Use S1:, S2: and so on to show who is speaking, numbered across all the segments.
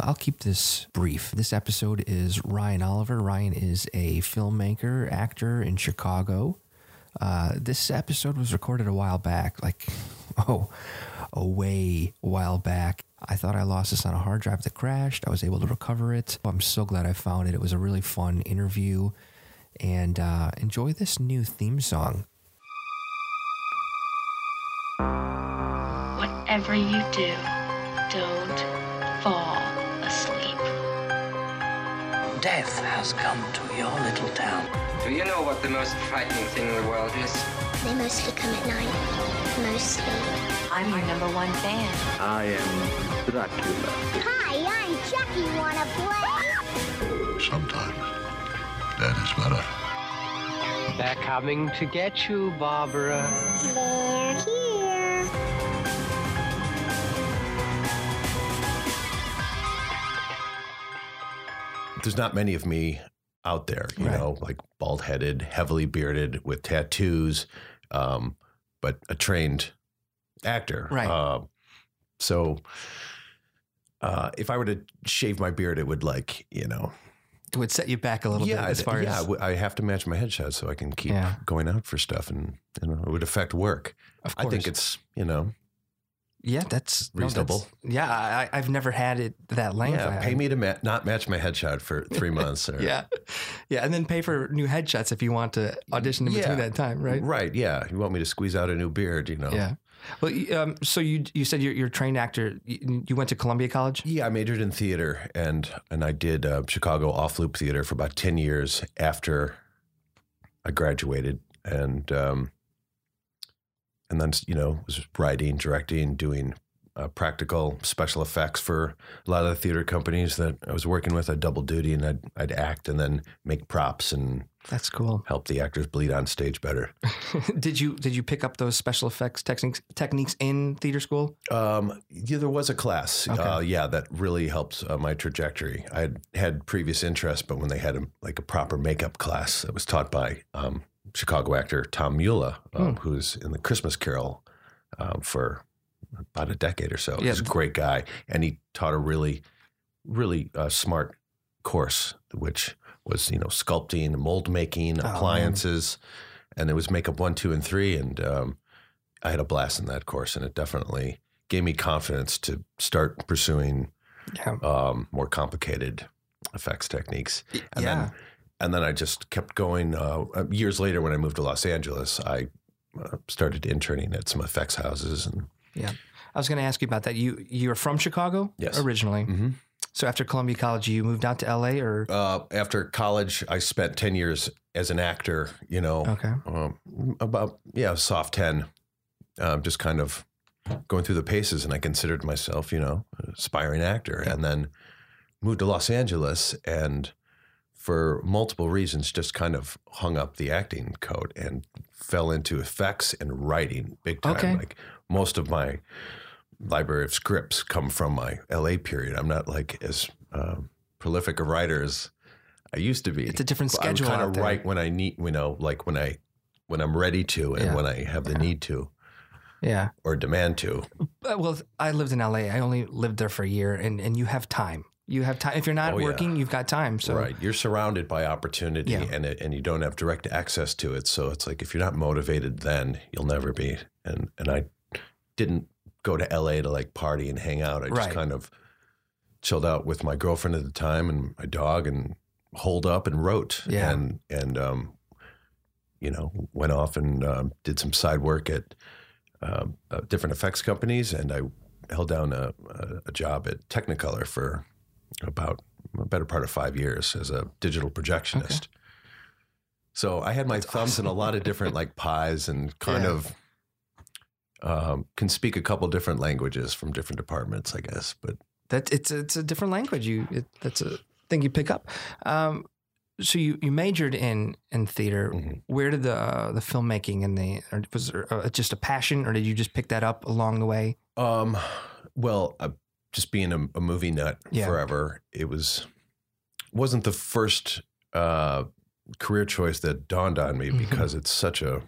S1: I'll keep this brief. This episode is Ryan Oliver. Ryan is a filmmaker, actor in Chicago. Uh, this episode was recorded a while back, like, oh, a way while back. I thought I lost this on a hard drive that crashed. I was able to recover it. I'm so glad I found it. It was a really fun interview. And uh, enjoy this new theme song.
S2: Whatever you do, don't fall asleep.
S3: Death has come to your little town.
S4: Do you know what the most frightening thing in the world is?
S5: They mostly come at night. Mostly.
S6: I'm your number one fan.
S7: I am Dracula.
S5: Hi, I'm Chucky. Wanna play?
S8: Sometimes that is better.
S9: They're coming to get you, Barbara.
S5: They're here.
S10: there's not many of me out there, you
S1: Right.
S10: know, like bald headed, heavily bearded, with tattoos, um, but a trained actor.
S1: Right.
S10: Um, so uh, if I were to shave my beard, it would like, you know,
S1: It would set you back a little
S10: yeah,
S1: bit as
S10: it-
S1: far
S10: yeah,
S1: as.
S10: w- I have to match my headshot so I can keep
S1: Yeah.
S10: going out for stuff and, you know, it would affect work.
S1: Of
S10: I
S1: course.
S10: think it's, you know,
S1: Yeah, that's no, that's-
S10: Reasonable.
S1: yeah, I, I've never had it that length.
S10: yeah,
S1: I-
S10: pay me to ma- not match my headshot for three months or
S1: Yeah, yeah, and then pay for new headshots if you want to audition in between
S10: Yeah.
S1: that time, right?
S10: Right. Yeah. You want me to squeeze out a new beard, you know?
S1: Yeah. Well, y- um, so you you said you're, you're a trained actor. You, you went to Columbia College.
S10: Yeah, I majored in theater, and and I did uh, Chicago off loop theater for about ten years after I graduated, and um, and then you know was writing, directing, doing uh, practical special effects for a lot of the theater companies that I was working with. I would double duty, and I'd I'd act and then make props and
S1: That's cool.
S10: help the actors bleed on stage better.
S1: did you did you pick up those special effects techniques techniques in theater school?
S10: Um, yeah, there was a class.
S1: Okay.
S10: Uh, yeah, that really helped uh, my trajectory. I had, had previous interest, but when they had a, like a proper makeup class that was taught by um, Chicago actor Tom Mula,
S1: Hmm.
S10: um, who's in the Christmas Carol um, for about a decade or so.
S1: Yeah.
S10: He's a great guy, and he taught a really, really uh, smart course, which was you know sculpting, mold making,
S1: Oh, man.
S10: appliances, and it was makeup one, two, and three, and um, I had a blast in that course, and it definitely gave me confidence to start pursuing
S1: Yeah.
S10: um, more complicated effects techniques. And
S1: yeah.
S10: then and then I just kept going. Uh, years later, when I moved to Los Angeles, I uh, started interning at some effects houses, and
S1: I was going to ask you about that. You you're from Chicago
S10: Yes.
S1: originally.
S10: Mhm.
S1: So after Columbia College, you moved out to L.A. or
S10: uh, after college, I spent ten years as an actor. You know,
S1: okay.
S10: um, about yeah, soft ten, um, just kind of going through the paces, and I considered myself, you know, an aspiring actor, and then moved to Los Angeles, and for multiple reasons, just kind of hung up the acting coat and fell into effects and writing big time.
S1: Okay.
S10: Like most of my library of scripts come from my LA period. I'm not like as um prolific a writer as I used to be.
S1: It's a different
S10: But I'm
S1: schedule
S10: kinda
S1: out there.
S10: write when I need, you know, like when I when I'm ready to and
S1: Yeah.
S10: when I have the need to
S1: Yeah.
S10: or demand to.
S1: Uh, well, I lived in L.A. I only lived there for a year, and and you have time. You have time. If you're not
S10: Oh, yeah.
S1: working, you've got time. So
S10: right, you're surrounded by opportunity
S1: Yeah.
S10: and it, and you don't have direct access to it. So it's like if you're not motivated, then you'll never be. And and I didn't go to L.A. to like party and hang out. I just
S1: Right.
S10: kind of chilled out with my girlfriend at the time and my dog and holed up and wrote.
S1: Yeah.
S10: and and um, you know, went off and um, did some side work at um, uh, different effects companies, and I held down a, a, a job at Technicolor for about a better part of five years as a digital projectionist. So I had my thumbs in a lot of different like pies and kind
S1: Yeah.
S10: of um, can speak a couple different languages from different departments, I guess. But
S1: that it's a, it's a different language. You it, that's a thing you pick up. Um, so you, you majored in in theater.
S10: Mhm.
S1: Where did the uh, the filmmaking and the or was there uh, just a passion, or did you just pick that up along the way?
S10: Um, well, uh, just being a, a movie nut
S1: Yeah.
S10: forever, it was wasn't the first uh, career choice that dawned on me
S1: Mhm.
S10: because it's such a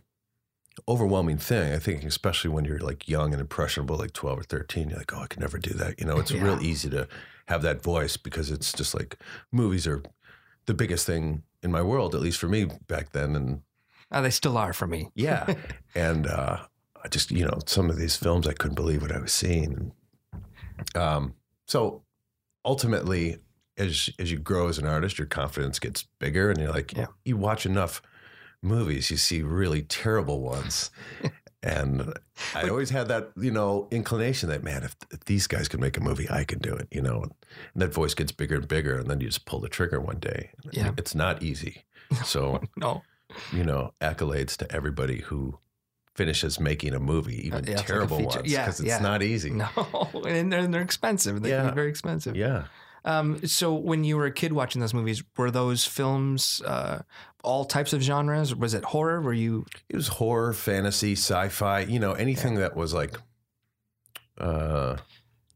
S10: overwhelming thing. I think, especially when you're like young and impressionable, like 12 or 13, you're like, oh, I could never do that. You know, it's real easy to have that voice because it's just like movies are the biggest thing in my world, at least for me back then. And
S1: Oh, they still are for me.
S10: yeah. and uh, I just, you know, some of these films, I couldn't believe what I was seeing. Um, so ultimately, as as you grow as an artist, your confidence gets bigger, and you're like,
S1: Yeah.
S10: you watch enough movies, you see really terrible ones. And I always had that, you know, inclination that man, if, if these guys could make a movie, I can do it, you know. And that voice gets bigger and bigger, and then you just pull the trigger one day.
S1: Yeah.
S10: it's not easy. So
S1: No.
S10: you know, accolades to everybody who finishes making a movie, even
S1: Uh, yeah, it's like a
S10: terrible
S1: feature.
S10: ones, because
S1: Yeah,
S10: it's
S1: yeah.
S10: not easy.
S1: No. And they're, they're expensive. They can
S10: Yeah.
S1: be very expensive.
S10: Yeah.
S1: Um, so when you were a kid watching those movies, were those films uh, all types of genres? Was it horror? Were you
S10: It was horror, fantasy, sci-fi, you know, anything that was like uh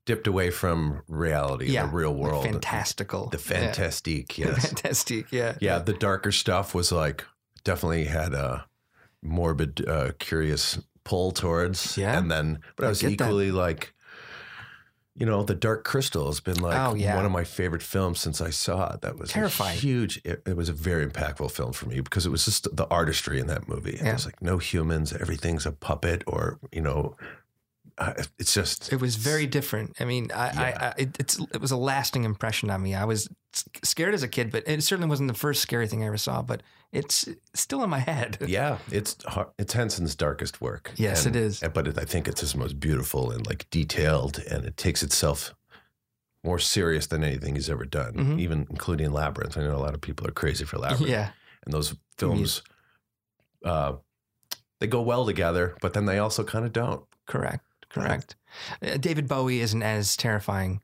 S10: dipped away from reality,
S1: yeah,
S10: the real
S1: like
S10: world.
S1: fantastical,
S10: The
S1: Yeah.
S10: fantastique,
S1: The
S10: yes.
S1: fantastic, yeah,
S10: yeah, the darker stuff was like definitely had a morbid, uh, curious pull towards.
S1: Yeah.
S10: and then but I,
S1: I
S10: was
S1: get that.
S10: equally like, you know, the Dark Crystal has been like
S1: Oh, yeah.
S10: one of my favorite films since I saw it. That was a
S1: Terrifying.
S10: huge. It, it was a very impactful film for me because it was just the artistry in that movie. It
S1: Yeah.
S10: was like no humans, everything's a puppet, or you know, uh, it's just
S1: It was very different. I mean, I, I,
S10: Yeah.
S1: I it, it's it was a lasting impression on me. I was s- scared as a kid, but it certainly wasn't the first scary thing I ever saw. But it's still in my head.
S10: yeah, it's har- it's Henson's darkest work.
S1: Yes,
S10: And-
S1: it is.
S10: and- But it, I think it's his most beautiful and like detailed, and it takes itself more serious than anything he's ever done,
S1: Mhm.
S10: even including Labyrinth. I know a lot of people are crazy for Labyrinth,
S1: Yeah,
S10: and those films, uh, they go well together, but then they also kind of don't.
S1: correct, correct. Uh, David Bowie isn't as terrifying.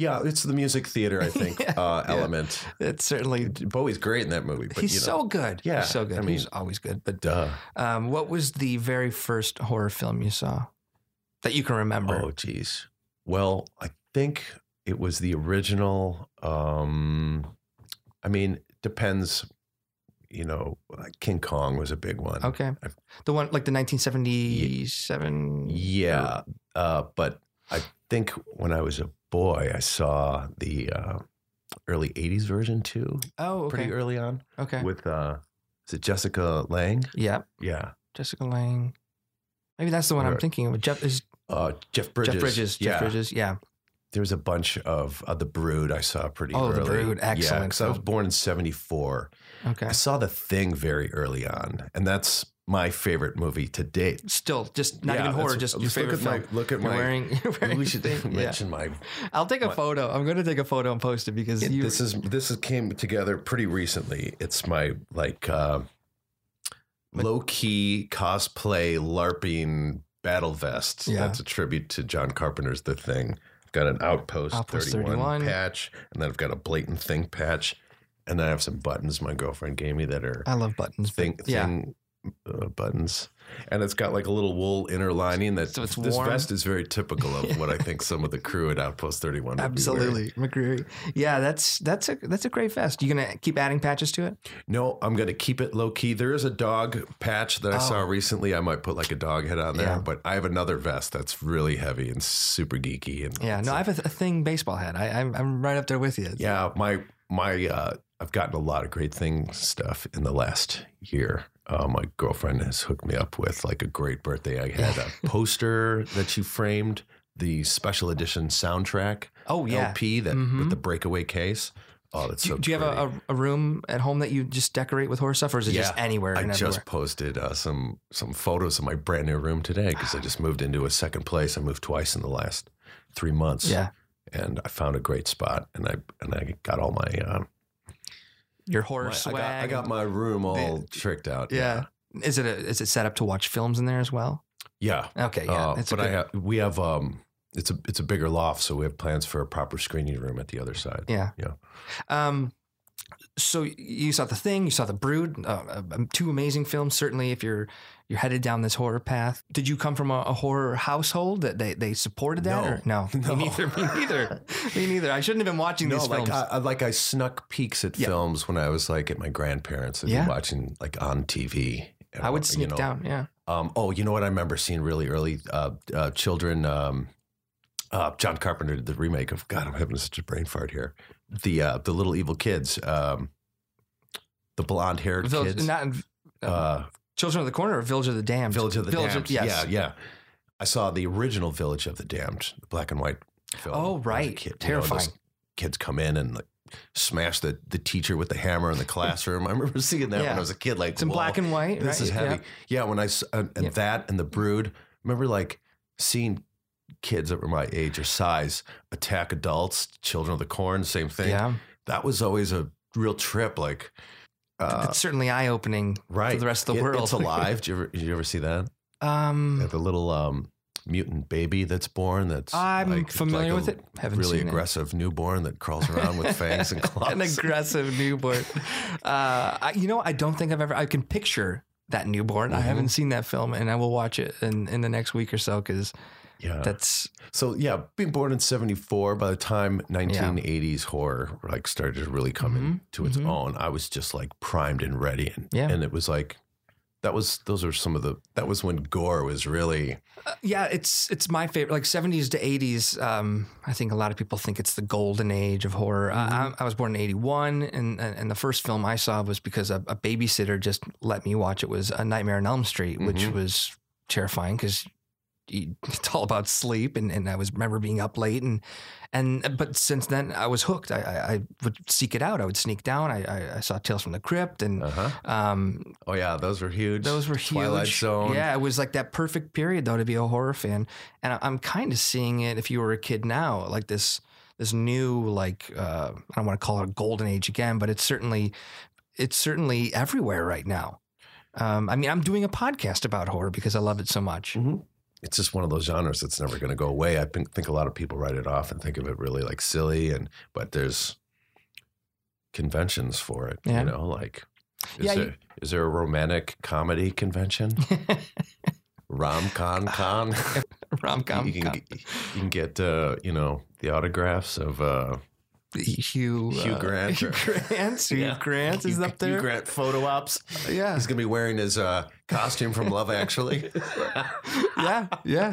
S10: Yeah, it's the music theater, I think,
S1: Yeah,
S10: uh,
S1: yeah.
S10: element.
S1: It's certainly
S10: Bowie's great in that movie, but
S1: he's
S10: you know,
S1: so good.
S10: Yeah,
S1: he's so good.
S10: I mean-
S1: he's always good. But
S10: duh.
S1: um, what was the very first horror film you saw that you can remember?
S10: Oh, geez. Well, I think it was the original. Um, I mean, depends. You know, like King Kong was a big one.
S1: okay,
S10: I've-
S1: the one like the 1977.
S10: Yeah, uh, but I think when I was a boy, I saw the uh, early '80s version too,
S1: Oh, okay.
S10: pretty early on
S1: Okay.
S10: with uh, is it Jessica Lang?
S1: yeah.
S10: Yeah,
S1: Jessica Lang. Maybe that's the one I'm
S10: Or-
S1: thinking of. Jeff is
S10: uh, Jeff Bridges.
S1: Jeff Bridges.
S10: Yeah.
S1: Jeff Bridges. Yeah.
S10: there was a bunch of uh, the Brood I saw pretty
S1: Oh,
S10: early.
S1: The Brood,
S10: Yeah,
S1: excellent
S10: because I was
S1: film.
S10: born in '74.
S1: Okay.
S10: I saw The Thing very early on, and that's my favorite movie to date.
S1: Still, just not
S10: Yeah,
S1: even horror.
S10: that's-
S1: Just your
S10: let's
S1: favorite
S10: look at
S1: film.
S10: My, look at
S1: you're
S10: my.
S1: wearing. You're wearing
S10: we should
S1: the thing. Yeah.
S10: mention my.
S1: I'll take a
S10: my-
S1: photo. I'm going to take a photo and post it because you.
S10: This is this is came together pretty recently. It's my like uh, low key cosplay larping battle vest.
S1: Yeah.
S10: That's a tribute to John Carpenter's The Thing. I've got an Outpost,
S1: Outpost
S10: 31,
S1: 31.
S10: patch, and then I've got a blatant thing patch, and then I have some buttons my girlfriend gave me that are
S1: I love buttons. but
S10: thing
S1: yeah.
S10: thing uh, buttons, and it's got like a little wool inner lining that
S1: So it's
S10: this
S1: warm.
S10: vest is very typical of what I think some of the crew at Outpost Thirty One
S1: Absolutely, McCreary. Yeah, that's that's a that's a great vest. You gonna keep adding patches to it?
S10: No, I'm gonna keep it low key. There is a dog patch that I saw
S1: Oh.
S10: recently. I might put like a dog head on there,
S1: Yeah.
S10: but I have another vest that's really heavy and super geeky. And
S1: Yeah. No, I have a, a thing baseball hat. I, I'm I'm right up there with you.
S10: yeah, my my uh, I've gotten a lot of great thing stuff in the last year. Uh, my girlfriend has hooked me up with like a great birthday. I had a poster that she framed, the special edition soundtrack
S1: Oh yeah.
S10: LP that
S1: Mhm.
S10: with the breakaway case. Oh, that's
S1: Do,
S10: so.
S1: do you have
S10: pretty.
S1: a, a, a room at home that you just decorate with horror stuff, or is it just
S10: Yeah,
S1: anywhere?
S10: I
S1: and
S10: just
S1: everywhere?
S10: posted uh, some some photos of my brand new room today because I just moved into a second place. I moved twice in the last three months.
S1: yeah.
S10: and I found a great spot, and I and I got all my. Um,
S1: Your horror
S10: my- I,
S1: swag.
S10: got, I got my room all tricked out.
S1: Yeah. Is it a, is it set up to watch films in there as well?
S10: yeah.
S1: Okay, yeah.
S10: Uh,
S1: that's a
S10: but I
S1: good-
S10: have we have um it's a it's a bigger loft, so we have plans for a proper screening room at the other side.
S1: yeah.
S10: yeah.
S1: Um, so you saw the thing, you saw the Brood, uh, uh, two amazing films. Certainly, if you're you're headed down this horror path, did you come from a, a horror household that they, they supported that?
S10: No.
S1: or- no,
S10: No.
S1: me neither. Me neither. me neither. I shouldn't have been watching
S10: No,
S1: these
S10: like uh,
S1: films.
S10: I, I- like I snuck peeks at
S1: Yeah.
S10: films when I was like at my grandparents and
S1: Yeah.
S10: watching like on TV. And
S1: I would
S10: you
S1: sneak
S10: know,
S1: down. Yeah.
S10: Um, oh, you know what I remember seeing really early? Uh, uh, children. Um, uh, John Carpenter did the remake of God. I'm having such a brain fart here. The uh, the little evil kids. Um, the blonde haired
S1: Village,
S10: kids.
S1: not in,
S10: uh,
S1: Children of the Corner or Village of the Damned.
S10: Village of the
S1: Village
S10: Damned.
S1: Of, yes.
S10: Yeah, yeah. I saw the original Village of the Damned, the black and white film.
S1: Oh,
S10: where the
S1: right.
S10: you know, those
S1: Terrifying.
S10: kids come in and like smash the, the teacher with the hammer in the classroom. I remember seeing that
S1: Yeah.
S10: when I was a kid. Like
S1: It's in
S10: "Whoa,
S1: black and white.
S10: This
S1: right?
S10: is heavy. Yeah. when I s- and, and
S1: Yep.
S10: that and the Brood. Remember, like seeing kids that were my age or size attack adults. Children of the Corn, same
S1: Yeah.
S10: thing. That was always a real trip. Like,
S1: Yeah.
S10: uh,
S1: it's certainly eye opening.
S10: right
S1: the rest of the
S10: It-
S1: world.
S10: It's alive. Did you ever, did you ever see that? Yeah,
S1: Um,
S10: the little um, mutant baby that's born. That's
S1: I'm
S10: like-
S1: familiar
S10: like a
S1: with it. Haven't
S10: really
S1: seen it.
S10: aggressive newborn that crawls around with fangs and claws.
S1: An aggressive newborn. Uh, I, you know, I don't think I've ever. I can picture that newborn. I
S10: Mhm.
S1: haven't seen that film, and I will watch it in, in the next week or so because
S10: yeah.
S1: that's
S10: so yeah, being born in '74, by the time 1980s horror like started to really come
S1: Mhm.
S10: into its
S1: Mhm.
S10: own, I was just like primed and ready, and
S1: Yeah.
S10: and it was like that was those are some of the that was when gore was really
S1: Uh, yeah, it's it's my favorite. Like seventies to eighties, um, I think a lot of people think it's the golden age of horror. I, I, I was born in eighty one, and and the first film I saw was because a, a babysitter just let me watch. It was A Nightmare on Elm Street, which
S10: Mhm.
S1: was terrifying because it's all about sleep, and, and I was remember being up late, and and but since then I was hooked. I I, I would seek it out. I would sneak down. I I, I saw Tales from the Crypt, and
S10: uh huh
S1: um,
S10: oh yeah those were huge
S1: Mm. those were huge.
S10: Twilight Zone
S1: Yeah, it was like that perfect period though to be a horror fan, and I, I'm kind of seeing it. If you were a kid now, like this this new like uh, I don't want to call it a golden age again, but it's certainly it's certainly everywhere right now. Um, I mean, I'm doing a podcast about horror because I love it so much.
S10: it's just one of those genres that's never going to go away. I think, think a lot of people write it off and think of it really like silly, and but there's conventions for it.
S1: Yeah.
S10: You know, like is
S1: Yeah,
S10: there
S1: you-
S10: is there a romantic comedy convention? Rom con con.
S1: Rom com,
S10: You can get- you can get uh, you know the autographs of uh,
S1: Hugh
S10: Hugh
S1: uh,
S10: Grant
S1: Hugh
S10: or-
S1: Grant, Hugh
S10: Yeah.
S1: Grant is
S10: Hugh-
S1: up there.
S10: Hugh Grant photo ops.
S1: Yeah,
S10: He's gonna be wearing his uh, costume from Love Actually.
S1: yeah, yeah.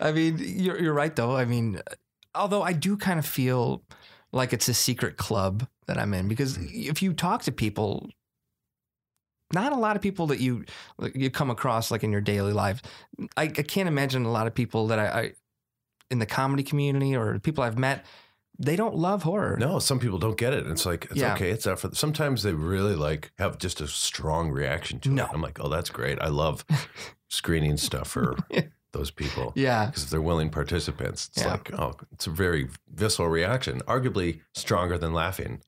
S1: I mean, you're you're right though. I mean, although I do kind of feel like it's a secret club that I'm in because
S10: Mm.
S1: if you talk to people, not a lot of people that you you come across like in your daily life. I, I can't imagine a lot of people that I, I in the comedy community or people I've met. They don't love horror.
S10: No, some people don't get it. It's like it's
S1: Yeah.
S10: okay. It's out for. Sometimes they really like have just a strong reaction to
S1: No.
S10: it. I'm like, oh, that's great. I love screening stuff for those people
S1: Yeah.
S10: because if they're willing participants, it's
S1: Yeah.
S10: like, oh, it's a very visceral reaction, arguably stronger than laughing.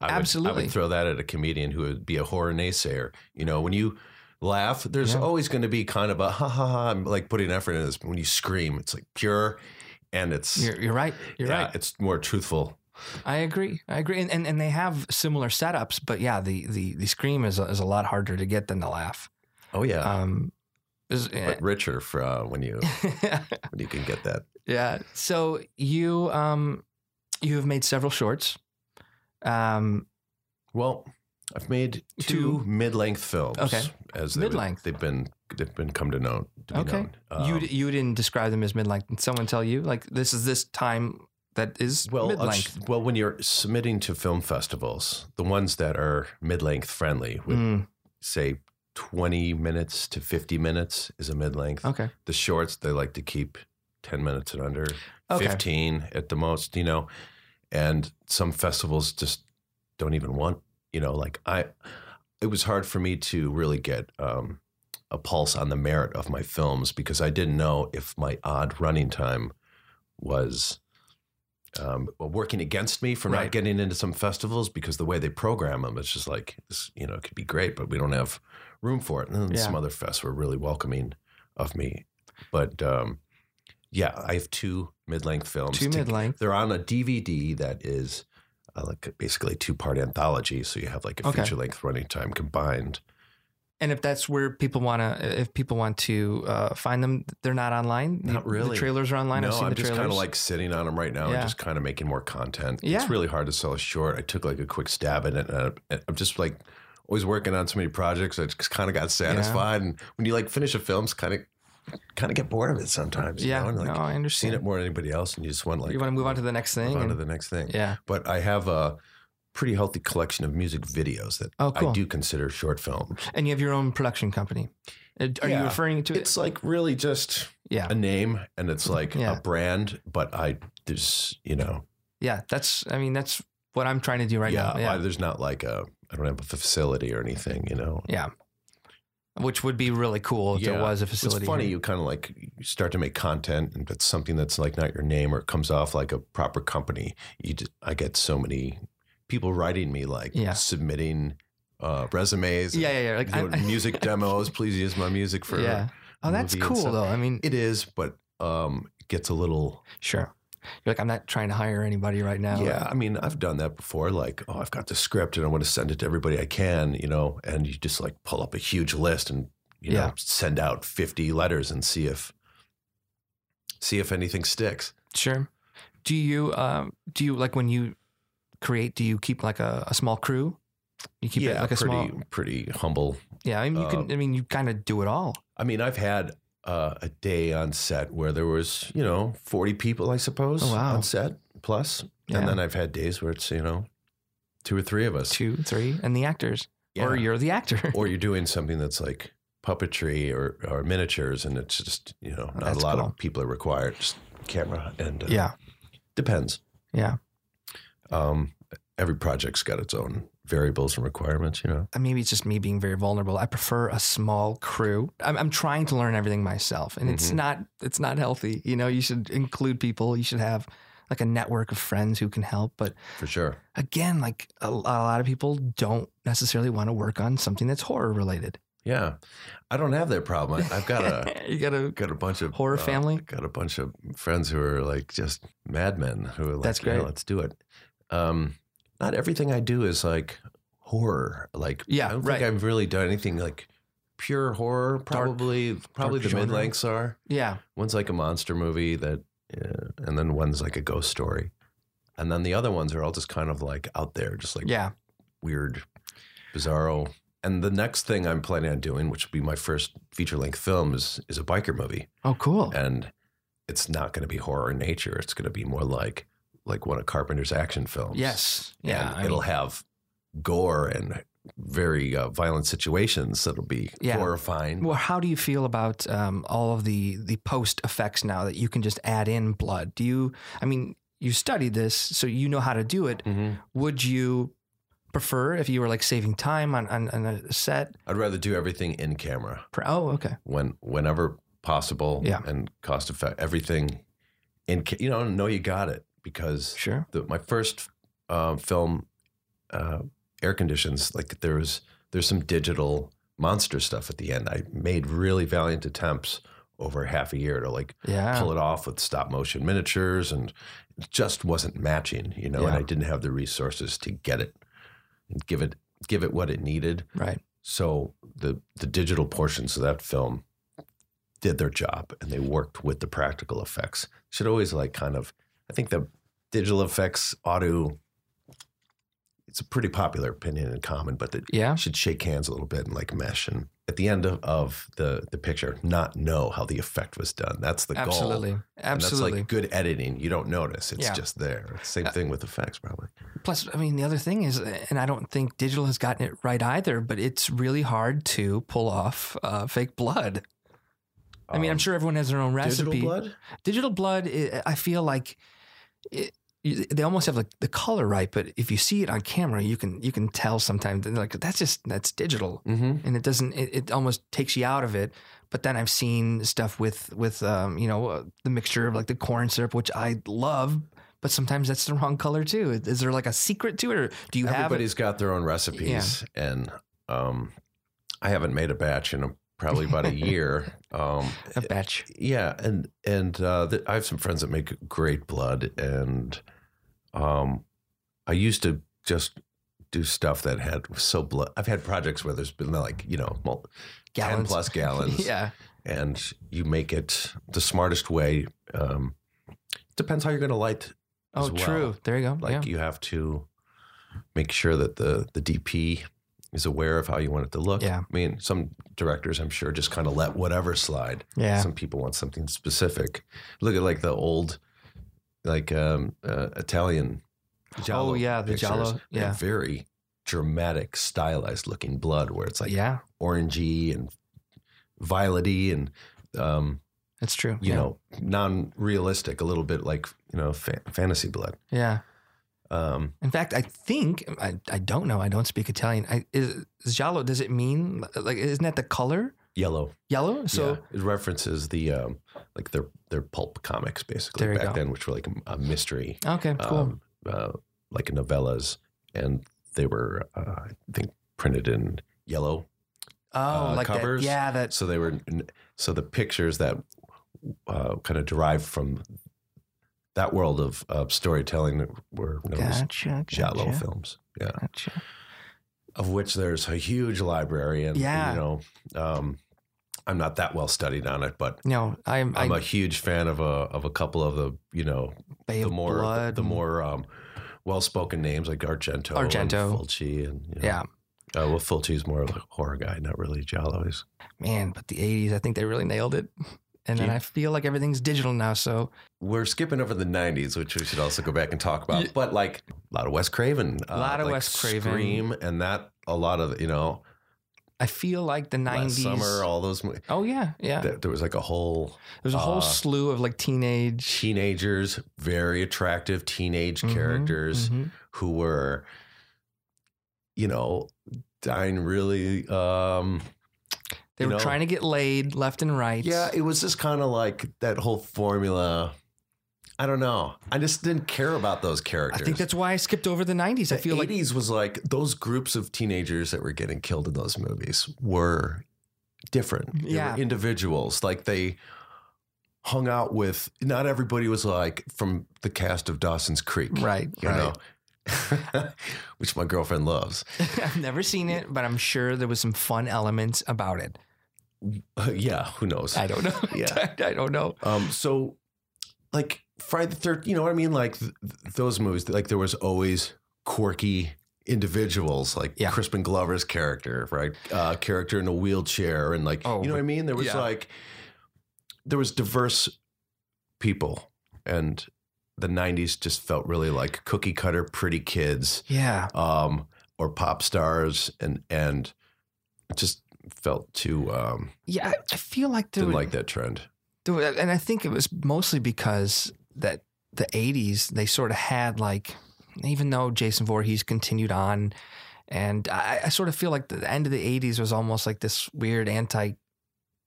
S10: I would- I
S1: Absolutely.
S10: would throw that at a comedian who would be a horror naysayer. You know, when you laugh, there's
S1: Yeah.
S10: always going to be kind of a ha ha ha. I'm like putting effort into this. But when you scream, it's like pure, and it's
S1: You're, you're right. You're
S10: yeah,
S1: right.
S10: it's more truthful.
S1: I agree. I agree. And, and and they have similar setups, but yeah, the the, the scream is a, is a lot harder to get than the laugh.
S10: Oh yeah.
S1: Um, is-
S10: but richer for uh, when you
S1: yeah.
S10: when you can get that.
S1: So you um you have made several shorts. Um
S10: Well, I've made 2
S1: Two.
S10: mid-length films.
S1: Okay.
S10: as they would-
S1: Mid-length.
S10: they've been they've been come to know. To
S1: Okay.
S10: be known. Um,
S1: you you didn't describe them as mid length. Did someone tell you like this is this time that is
S10: well,
S1: mid
S10: I'll
S1: length?
S10: just- well, when you're submitting to film festivals, the ones that are mid-length friendly would
S1: Mm.
S10: say. 20 minutes to 50 minutes is a mid length.
S1: okay.
S10: The shorts, they like to keep 10 minutes and under,
S1: Okay.
S10: 15 at the most, you know. And some festivals just don't even want, you know, like I it was hard for me to really get um a pulse on the merit of my films because I didn't know if my odd running time was um, working against me for
S1: Right.
S10: not getting into some festivals because the way they program them, it's just like this, you know, it could be great, but we don't have room for it. And then
S1: Yeah.
S10: some other fests were really welcoming of me, but um, yeah, I have two mid-length films.
S1: Two
S10: to-
S1: mid length.
S10: They're on a DVD that is uh, like basically a two-part anthology, so you have like a
S1: Okay.
S10: feature-length running time combined.
S1: And if that's where people want to, if people want to uh, find them, they're not online. The-
S10: Not
S1: The
S10: really.
S1: trailers are online.
S10: no,
S1: I've seen
S10: I'm
S1: the
S10: just
S1: trailers.
S10: kind of like sitting on them right now
S1: Yeah.
S10: and just kind of making more content.
S1: Yeah.
S10: It's really hard to sell a short. I took like a quick stab at it. And I- I'm just like always working on so many projects. I just kind of got satisfied. And when you like finish a film, it's kind of kind of get bored of it sometimes. you
S1: Yeah,
S10: know? And, like,
S1: no, I
S10: you've Seen
S1: understand.
S10: it more than anybody else, and you just want like
S1: you want to move on to the next thing?
S10: move on to
S1: and-
S10: the next thing.
S1: yeah.
S10: But I have a pretty healthy collection of music videos that
S1: Oh, cool.
S10: I do consider short films.
S1: And you have your own production company. Uh, Are you
S10: Yeah.
S1: referring to it?
S10: It's like really just
S1: yeah.
S10: a name, and it's like
S1: Yeah.
S10: a brand. But I there's you know
S1: Yeah. That's, I mean, that's what I'm trying to do right
S10: yeah,
S1: now. Yeah.
S10: I- there's not like a I don't have a facility or anything. You know,
S1: yeah. Which would be really cool if there
S10: Yeah.
S1: was a
S10: it's
S1: facility.
S10: funny.
S1: here.
S10: You kind of like you start to make content, and it's something that's like not your name or it comes off like a proper company. You just, I get so many people writing me like
S1: Yeah.
S10: submitting uh, resumes. and,
S1: Yeah. Yeah. yeah. Like,
S10: you know,
S1: I-
S10: music demos. Please use my music for.
S1: Yeah. Oh, that's
S10: movie and
S1: cool
S10: stuff.
S1: though. I mean,
S10: It is, but um, it gets a little.
S1: sure. You're like, I'm not trying to hire anybody right now.
S10: yeah, I mean, I've done that before. Like, oh, I've got the script and I want to send it to everybody I can, you know, and you just like pull up a huge list and you
S1: Yeah.
S10: know send out fifty letters and see if see if anything sticks.
S1: Sure. Do you um do you like when you create? Do you keep like a, a small crew? You keep it like a
S10: pretty um,
S1: small.
S10: pretty humble.
S1: Yeah, I mean you can. I mean you kind of do it all.
S10: I mean, I've had uh, a day on set where there was you know forty people, I suppose,
S1: Oh, wow.
S10: on set plus,
S1: Yeah.
S10: and then I've had days where it's you know two or three of us,
S1: Two, three, and the actors, or
S10: Yeah.
S1: you're the actor.
S10: or you're doing something that's like puppetry or, or miniatures and it's just you know
S1: Oh,
S10: not a
S1: that's
S10: lot
S1: cool.
S10: of people are required just camera and uh,
S1: yeah,
S10: depends
S1: yeah.
S10: um every project's got its own variables and requirements you know
S1: Uh, Maybe it's just me being very vulnerable. I prefer a small crew. I'm, I'm trying to learn everything myself, and it's
S10: Mhm.
S1: not it's not healthy. You know, you should include people. You should have like a network of friends who can help. But
S10: for sure
S1: again, like a, a lot of people don't necessarily want to work on something that's horror related.
S10: yeah i don't have that problem I, i've got a
S1: you gotta
S10: got a bunch of uh,
S1: Horror family?
S10: got a bunch of friends who are like just madmen who are like
S1: That's
S10: "Yeah,
S1: great.
S10: let's do it um not everything i do is like horror like
S1: Yeah,
S10: i don't
S1: right.
S10: think i've really done anything like pure horror probably probably
S1: dark
S10: the
S1: genre.
S10: mid-lengths are
S1: yeah
S10: One's like a monster movie that, yeah, and then one's like a ghost story, and then the other ones are all just kind of like out there, just like
S1: yeah
S10: weird, bizarro. And the next thing I'm planning on doing, which will be my first feature length film, is is a biker movie,
S1: oh cool
S10: and it's not going to be horror in nature. It's going to be more like like one of Carpenter's action films.
S1: yes
S10: and
S1: yeah I
S10: it'll
S1: mean,
S10: have gore and very uh, violent situations that'll be
S1: Yeah.
S10: horrifying.
S1: well how do you feel about um, all of the the post effects now that you can just add in blood do you i mean you studied this so you know how to do it
S10: Mhm.
S1: would you prefer if you were like saving time on on, on a set
S10: I'd rather do everything in camera.
S1: Pr- oh okay
S10: when whenever possible
S1: Yeah.
S10: and cost effective everything in ca- you know know you got it because
S1: sure
S10: the, my first uh, film uh, air conditions like there was there's some digital monster stuff at the end i made really valiant attempts over half a year to like
S1: yeah
S10: pull it off with stop motion miniatures and it just wasn't matching you know and
S1: Yeah.
S10: i didn't have the resources to get it and give it give it what it needed
S1: right
S10: so the the digital portions of that film did their job and they worked with the practical effects. Should always like kind of I think the digital effects ought to it's a pretty popular opinion and common, but that
S1: yeah
S10: should shake hands a little bit and like mesh and at the end of, of the the picture, not know how the effect was done. That's the goal.
S1: absolutely absolutely
S10: And that's like good editing. You don't notice. It's
S1: Yeah.
S10: just there. Same thing with effects, probably.
S1: Plus, I mean, the other thing is, and I don't think digital has gotten it right either, but it's really hard to pull off uh, fake blood. I mean, I'm
S10: Um,
S1: sure everyone has their own recipe.
S10: Digital blood?
S1: Digital blood, i I feel like it, you- they almost have like the color right, but if you see it on camera, you can you can tell sometimes. They're like that's just that's digital,
S10: Mm-hmm.
S1: and it doesn't. It, it almost takes you out of it. But then I've seen stuff with with um, you know uh, the mixture of like the corn syrup, which I love. But sometimes that's the wrong color too. Is is there like a secret to it, or do you have? it?
S10: Everybody's got their own recipes, and um, I haven't made a batch in a, probably about a year. Um,
S1: a batch?
S10: yeah, and and uh, th- I have some friends that make great blood, and um, I used to just do stuff that had was so blood. I've had projects where there's been like you know mul- ten
S1: Gallons.
S10: plus gallons,
S1: yeah,
S10: and you make it the smartest way. Um, depends how you're going to light
S1: Oh,
S10: as well.
S1: true. There you go.
S10: like
S1: yeah.
S10: you have to make sure that the the DP is aware of how you want it to look.
S1: Yeah.
S10: I mean, some directors, I'm sure, just kind of let whatever slide.
S1: Yeah.
S10: Some people want something specific. Look at like the old, like um, uh, Italian. Giallo
S1: Oh, yeah, the
S10: pictures.
S1: Giallo,
S10: They're
S1: yeah.
S10: Very dramatic, stylized looking blood, where it's like
S1: yeah,
S10: orangey and violety and um,
S1: that's true.
S10: you
S1: yeah.
S10: know non-realistic, a little bit like you know fa- fantasy blood.
S1: Yeah.
S10: Um,
S1: In fact, I think I, I don't know. I don't speak Italian. I, is giallo? Does it mean like isn't that the color
S10: yellow.
S1: yellow? So
S10: Yeah, it references the um, like their their pulp comics basically
S1: There you
S10: back
S1: go.
S10: then, which were like a mystery,
S1: okay, cool.
S10: um, uh, like novellas, and they were uh, I think printed in yellow.
S1: oh,
S10: uh,
S1: like
S10: covers.
S1: that. Yeah, that.
S10: So they were so the pictures that uh, kind of derived from that world of, of storytelling were known as
S1: Gotcha.
S10: giallo
S1: gotcha,
S10: films. Yeah,
S1: gotcha.
S10: of which there's a huge library, and
S1: Yeah.
S10: you know. Um, I'm not that well studied on it, but
S1: No, I'm.
S10: I'm
S1: I-
S10: a huge fan of a of a couple of the you know
S1: Bay
S10: the
S1: of
S10: more
S1: Blood
S10: the
S1: and-
S10: more um, well spoken names like Argento,
S1: Argento.
S10: and Fulci, and you know.
S1: Yeah,
S10: Uh, well, Fulci's more of a horror guy, not really Giallo. He's
S1: man. But the '80s, I think they really nailed it. And then
S10: Yeah.
S1: I feel like everything's digital now. So
S10: we're skipping over the '90s, which we should also go back and talk about.
S1: Yeah.
S10: But like a lot of Wes Craven, a
S1: Lot of Wes Craven.
S10: Scream, and that a lot of you know
S1: I feel like the
S10: last
S1: '90s.
S10: summer, all those. mo-
S1: oh yeah, yeah.
S10: There, there was like a whole
S1: There's a whole
S10: uh,
S1: slew of like teenage
S10: teenagers, very attractive teenage
S1: Mhm,
S10: characters.
S1: mhm.
S10: who were, you know, dying really. Um,
S1: They
S10: you
S1: were
S10: know,
S1: trying to get laid left and right.
S10: Yeah, it was just kind of like that whole formula. I don't know. I just didn't care about those
S1: I
S10: characters.
S1: think that's why I skipped over the '90s. I
S10: the
S1: feel like
S10: 80s was like those groups of teenagers that were getting killed in those movies were different. They were
S1: Yeah.
S10: individuals. Like they hung out with, not everybody was like from the cast of Dawson's Creek.
S1: Right,
S10: You
S1: right.
S10: know? Which my girlfriend loves.
S1: I've never seen it, but I'm sure there was some fun elements about it.
S10: yeah, who knows?
S1: I don't know.
S10: Yeah.
S1: I don't know.
S10: Um, so like Friday the Thirteenth, you know what I mean? Like th- th- those movies, like there was always quirky individuals, like
S1: Yeah.
S10: Crispin Glover's character, right? Uh, character in a wheelchair, and like
S1: Oh,
S10: you know what I mean? There was
S1: yeah.
S10: like there was diverse people, and the '90s just felt really like cookie cutter, pretty kids,
S1: Yeah,
S10: um, or pop stars, and and it just felt too um,
S1: yeah. I, I feel like there
S10: didn't
S1: was,
S10: like that trend.
S1: there was- and I think it was mostly because that the '80s they sort of had like, even though Jason Voorhees continued on, and I, I sort of feel like the end of the '80s was almost like this weird anti.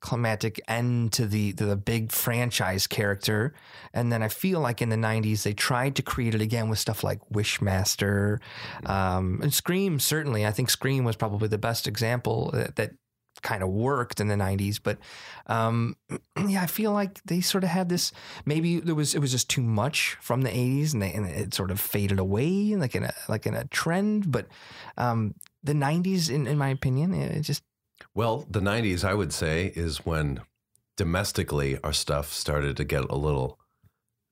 S1: Climatic end to the to the big franchise character, and then I feel like in the '90s they tried to create it again with stuff like Wishmaster, Um, and Scream, certainly, I think Scream was probably the best example uh, that, that kind of worked in the 90s. But um, yeah, I feel like they sort of had this maybe there was it was just too much from the 80s and, they, and it sort of faded away like in a like in a trend. But um, the 90s, in, in my opinion, it just
S10: Well, the 90s, I would say, is when domestically our stuff started to get a little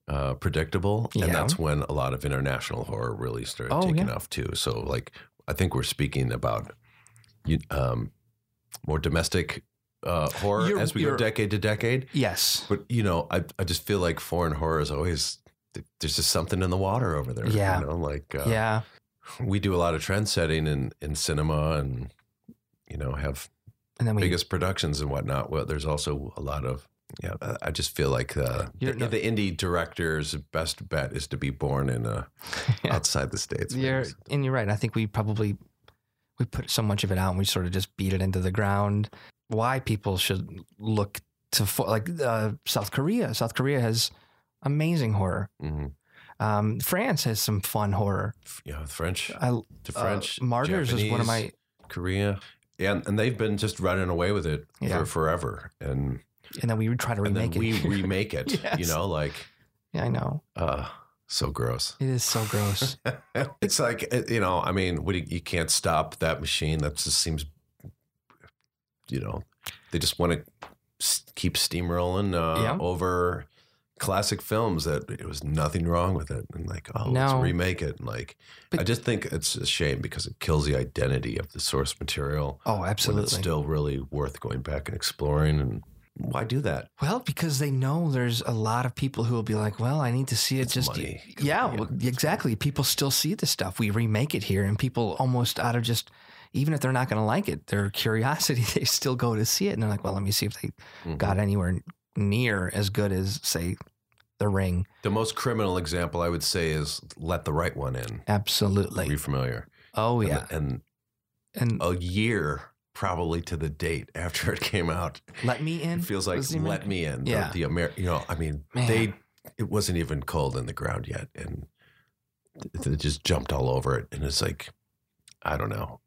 S10: uh, predictable.
S1: Yeah.
S10: And that's when a lot of international horror really started
S1: Oh,
S10: taking
S1: yeah.
S10: off, too. So, like, I think we're speaking about you- um, more domestic uh, horror
S1: You're-
S10: as we go
S1: you're-
S10: decade to decade.
S1: yes.
S10: But, you know, I, I just feel like foreign horror is always, th- there's just something in the water over there.
S1: Yeah.
S10: You know, like, uh,
S1: Yeah.
S10: we do a lot of trend setting in, in cinema and, you know, have
S1: And then we
S10: biggest productions and whatnot. Well, there's also a lot of yeah. I- I just feel like uh, the,
S1: You're not-
S10: the indie director's best bet is to be born in uh
S1: Yeah.
S10: outside the states.
S1: you're, and you're right. I think we probably we put so much of it out and we sort of just beat it into the ground. Why people should look to fo- like uh, South Korea? South Korea has amazing horror.
S10: hmm
S1: Um, France has some fun horror.
S10: Yeah, French
S1: I, uh,
S10: to French.
S1: Martyrs is one of my
S10: Japanese, Korea, and and they've been just running away with it
S1: Yeah.
S10: for forever, and
S1: and then we would try to
S10: and then
S1: remake
S10: we
S1: it.
S10: remake it. You
S1: Yes.
S10: know, like
S1: yeah, I know
S10: uh, so gross.
S1: it is so gross.
S10: it's like uh, you know, I mean, what do you, you can't stop that machine. That just seems, you know, they just want to s- keep steamrolling uh,
S1: Yeah.
S10: over classic films that it was nothing wrong with it, and like, oh, let's
S1: No.
S10: remake it. And like,
S1: But-
S10: I just think it's a shame because it kills the identity of the source material.
S1: Oh,
S10: when it's
S1: absolutely.
S10: still really worth going back and exploring. And why do that?
S1: Well, because they know there's a lot of people who will be like, "Well, I need to see it."
S10: It's
S1: just
S10: money.
S1: yeah,
S10: Yeah.
S1: well, exactly. People still see this stuff. We remake it here, and people almost out of just even if they're not going to like it, their curiosity, they still go to see it, and they're like, "Well, let me see if they
S10: Mhm.
S1: got anywhere near as good as say, The Ring."
S10: The most criminal example I would say is let the right one in. Are
S1: Absolutely.
S10: you familiar?
S1: Oh
S10: And-
S1: yeah,
S10: And,
S1: and
S10: a year probably to the date after it came out.
S1: Let Me In.
S10: It feels like
S1: was the
S10: let
S1: American-
S10: me in. The-
S1: Yeah.
S10: The, Amer you know, I mean,
S1: Man.
S10: they it wasn't even cold in the ground yet. And th- they just jumped all over it. And it's like, I don't know.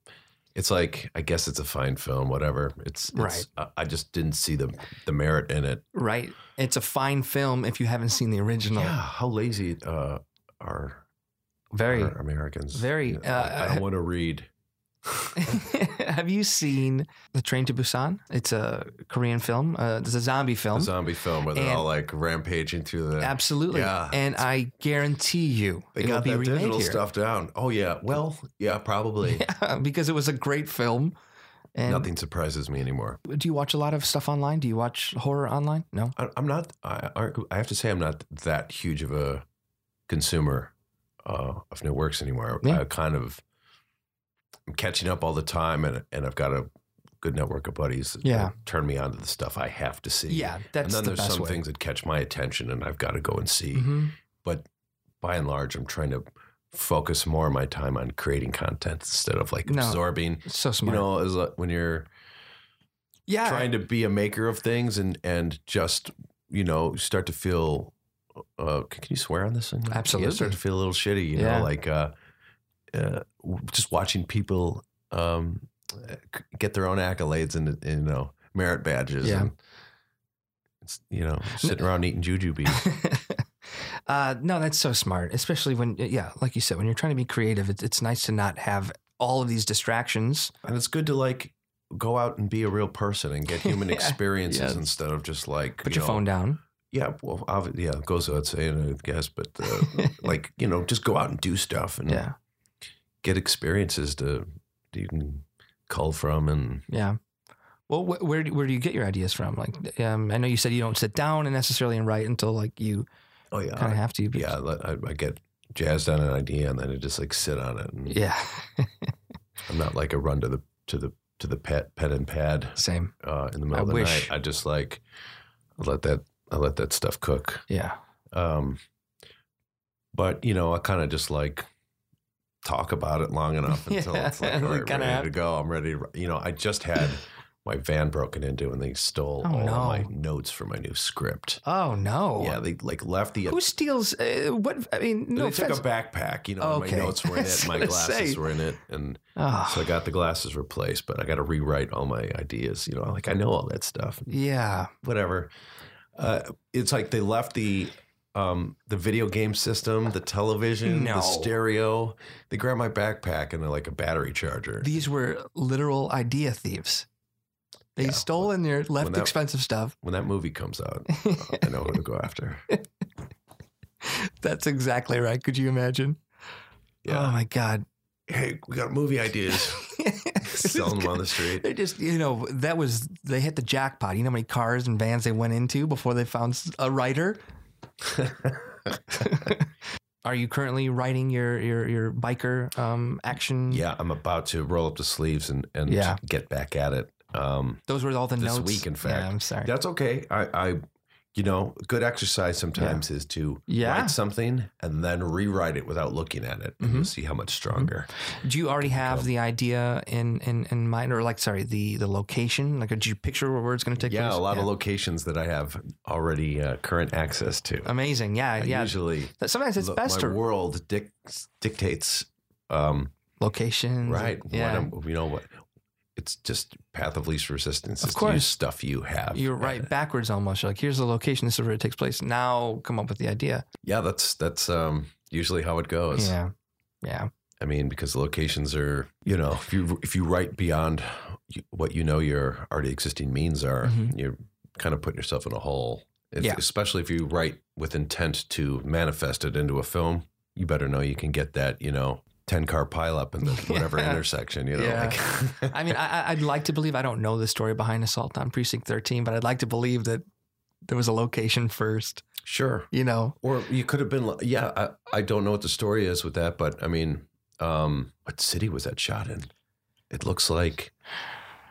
S10: It's like I guess it's a fine film, whatever. It's, it's
S1: Right.
S10: I- I just didn't see the the merit in it.
S1: Right. It's a fine film if you haven't seen the original.
S10: Yeah, how lazy uh, are
S1: Very.
S10: are Americans.
S1: very,
S10: You know, like,
S1: uh,
S10: I don't want to read.
S1: Have you seen The Train to Busan? It's a Korean film. Uh, it's a zombie
S10: A
S1: film.
S10: zombie film where they're
S1: And-
S10: all like rampaging through the.
S1: Absolutely.
S10: Yeah.
S1: And I guarantee you
S10: They
S1: it will
S10: got
S1: be
S10: that
S1: remade
S10: digital
S1: here.
S10: stuff down. Oh yeah. Well, yeah, probably.
S1: Yeah, because it was a great film. And
S10: Nothing surprises me anymore.
S1: do you watch a lot of stuff online? Do you watch horror online? No.
S10: I, I'm not. I, I- I have to say, I'm not that huge of a consumer uh, of new works anymore.
S1: Yeah.
S10: I kind of I'm catching up all the time, and and I've got a good network of buddies that
S1: Yeah.
S10: turn me on to the stuff I have to see.
S1: Yeah, that's
S10: and then
S1: the
S10: there's
S1: best
S10: some
S1: way.
S10: things that catch my attention, and I've got to go and see.
S1: Mhm.
S10: but by and large, I'm trying to focus more of my time on creating content instead of like
S1: No,
S10: absorbing.
S1: It's so
S10: You
S1: smart.
S10: know, as a, when you're
S1: yeah.
S10: trying to be a maker of things and and just you know start to feel. Uh, can can you swear on this? Thing?
S1: Absolutely.
S10: You start to feel a little shitty. You
S1: Yeah.
S10: know, like uh, uh, w- just watching people um, uh, c- get their own accolades and, and, you know merit badges.
S1: Yeah.
S10: And, it's, you know, sitting around eating juju bees.
S1: uh, no, that's so smart, especially when, yeah, like you said, when you're trying to be creative, it, it's nice to not have all of these distractions.
S10: and it's good to like go out and be a real person and get human
S1: Yeah.
S10: experiences
S1: Yes.
S10: instead of just like
S1: Put
S10: you
S1: your
S10: know,
S1: phone down.
S10: Yeah, well, obvi- yeah, it goes without saying, I guess, but uh, like you know, just go out and do stuff and
S1: Yeah.
S10: get experiences to that you can cull from and
S1: Yeah. Well, wh- where do, where do you get your ideas from? Like, um, I know you said you don't sit down and necessarily and write until like you
S10: oh yeah,
S1: kind of have to. but-
S10: yeah. let- I, I get jazzed on an idea and then I just like sit on it. And
S1: Yeah.
S10: I'm not like a run to the to the to the pet pen and pad
S1: Same.
S10: uh, in the middle
S1: I
S10: of the
S1: wish.
S10: night. I just like I let that I let that stuff cook.
S1: Yeah.
S10: Um, but you know, I kind of just like talk about it long enough until
S1: Yeah,
S10: it's like, all
S1: we
S10: right,
S1: kinda
S10: ready
S1: have-
S10: to go. I'm ready. To, you know, I just had my van broken into and they stole
S1: Oh,
S10: all
S1: no.
S10: of my notes for my new script.
S1: Oh no.
S10: Yeah, they like left the.
S1: Who steals? Uh, what? I mean, no
S10: they took
S1: offense.
S10: a backpack. You know,
S1: Oh,
S10: and
S1: okay.
S10: my notes were in
S1: I was
S10: it, my
S1: gonna
S10: glasses
S1: say.
S10: were in it, and
S1: Ah,
S10: so I got the glasses replaced. But I got to rewrite all my ideas. You know, like I know all that stuff
S1: yeah.
S10: whatever. Uh, it's like they left the um, the video game system, the television,
S1: No.
S10: the stereo. They grabbed my backpack and like a battery charger.
S1: These were literal idea thieves. They
S10: Yeah.
S1: stole in there, left
S10: When that-
S1: expensive stuff.
S10: when that movie comes out, I know who to go after.
S1: That's exactly right. Could you imagine? Oh
S10: Yeah.
S1: my God.
S10: hey, we got movie ideas. Selling them on the street.
S1: They just, you know, that was, they hit the jackpot. You know how many cars and vans they went into before they found s- a writer? Are you currently writing your your, your biker um, action?
S10: yeah, I'm about to roll up the sleeves and and
S1: Yeah.
S10: get back at it. Um,
S1: Those were all the
S10: This
S1: notes.
S10: week, in fact.
S1: Yeah, I'm sorry.
S10: That's okay. I, I, you know, good exercise sometimes is to
S1: Yeah. Mm-hmm.
S10: write something and then rewrite it without looking at it and you'll see how much stronger.
S1: Do you already have the idea in, in, in mind or like, sorry, the, the location? Like, did you picture where it's going to take
S10: Yeah,
S1: place?
S10: a lot of locations that I have already uh, current access to.
S1: Amazing. Yeah.
S10: I
S1: yeah.
S10: usually
S1: That- Sometimes it's
S10: look-
S1: best to
S10: my world dic- dictates um,
S1: locations.
S10: right
S1: Mm, Yeah.
S10: what I'm, you know what it's just path of least resistance
S1: Of
S10: is to
S1: course.
S10: use stuff you have.
S1: You're
S10: uh,
S1: right. Backwards almost. You're like, here's the location. This is where it takes place. Now come up with the idea.
S10: Yeah, that's that's um, usually how it goes.
S1: Yeah. Yeah.
S10: I mean, because locations are, you know, if you if you write beyond you- what you know your already existing means are,
S1: Mhm.
S10: you're kind of putting yourself in a hole, If,
S1: Yeah.
S10: Especially if you write with intent to manifest it into a film, you better know you can get that, you know, 10 car pileup in the whatever
S1: Yeah.
S10: intersection, you know.
S1: Yeah.
S10: Like,
S1: I mean, I, I- I'd like to believe I don't know the story behind Assault on Precinct 13, but I'd like to believe that there was a location first.
S10: sure.
S1: You know,
S10: Or you could have been, li- yeah, I, I don't know what the story is with that, but I mean, um, what city was that shot in? It looks like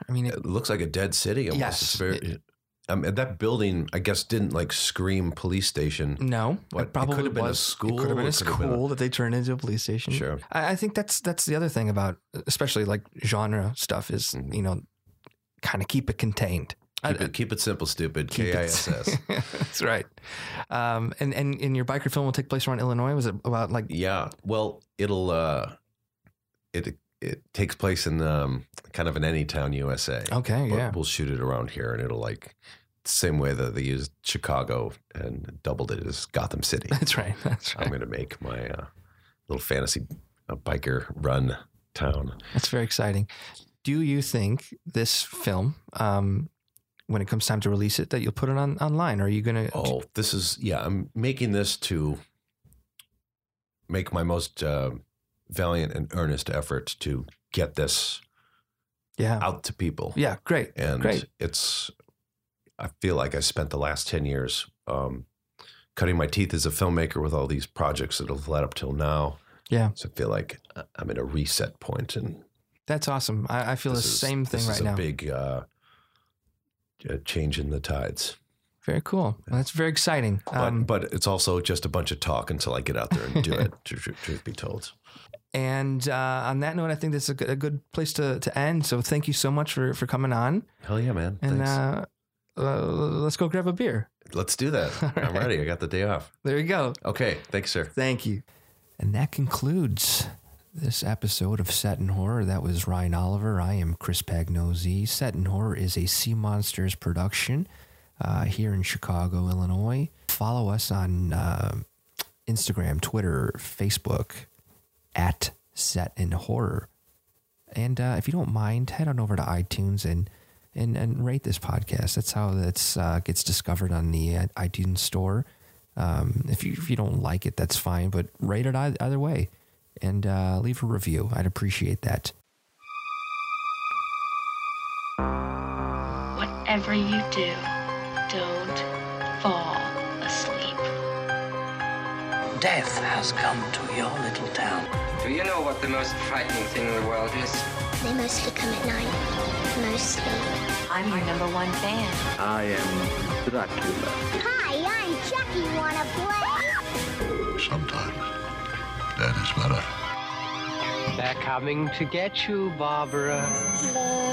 S1: I mean, it,
S10: it looks like a dead city. Almost.
S1: Yes.
S10: It's very- um, and that building, I guess, didn't like scream police station.
S1: no,
S10: What,
S1: it probably
S10: it could have been a
S1: was-
S10: school,
S1: It could have been a
S10: it could have been a-
S1: school that they turned into a police station.
S10: Sure.
S1: I, I think that's that's the other thing about, uh, especially like genre stuff, is
S10: Mhm.
S1: you know, kind of keep it contained. I-
S10: Keep, it, keep it simple, stupid.
S1: Keep it-
S10: KISS.
S1: That's right. Um, and and and your biker film will take place around Illinois. Was it about like
S10: yeah. Well, it'll, uh, it, it takes place in um, kind of an any town USA.
S1: okay,
S10: but
S1: yeah,
S10: we'll shoot it around here and it'll like same way that they used Chicago and doubled it as Gotham City.
S1: that's right, that's right.
S10: I'm going to make my uh, little fantasy uh, biker run town.
S1: That's very exciting. Do you think this film, um, when it comes time to release it, that you'll put it on online? Or are you gonna?
S10: Oh, this is yeah, I'm making this to make my most uh, valiant and earnest effort to get this
S1: yeah,
S10: out to people.
S1: Uh-huh. yeah, great,
S10: and
S1: great.
S10: it's i feel like i spent the last 10 years um, cutting my teeth as a filmmaker with all these projects that have led up till now
S1: Yeah.
S10: so i feel like i'm at a reset point and
S1: That's awesome. I, I feel the
S10: this is-
S1: same thing
S10: this
S1: right
S10: is a
S1: now.
S10: big uh, uh, change in the tides
S1: very cool. Well, that's very exciting.
S10: but,
S1: Um,
S10: but it's also just a bunch of talk until i get out there and do it tr- tr- truth be told
S1: and uh, on that note, I think that's a good, a good place to, to end. So thank you so much for for coming on,
S10: hell yeah man
S1: and
S10: thanks
S1: uh, uh, let's go grab a beer.
S10: let's do that
S1: All right.
S10: i'm ready i got the day off
S1: There you go.
S10: okay thanks sir
S1: Thank you. And that concludes this episode of Set in Horror. That was Ryan Oliver. I am Chris Pagnozzi. Set in Horror is a Sea Monsters production uh, here in Chicago, Illinois. Follow us on uh, Instagram, Twitter, Facebook at Set in Horror. And uh, if you don't mind, head on over to iTunes and and, and rate this podcast. That's how that's uh, gets discovered on the uh, iTunes store. Um, if you if you don't like it, that's fine, but rate it ei- either way, and uh, leave a review. I'd appreciate that.
S2: Whatever you do, don't fall asleep.
S3: Death has come to your little town.
S4: Do you know what the most frightening thing in the world is?
S5: They mostly come at night. Mostly.
S6: I'm your number one fan.
S7: I am Dracula.
S5: Hi, I'm Chucky. Wanna play?
S8: Sometimes that is better.
S9: They're coming to get you, Barbara.
S5: They're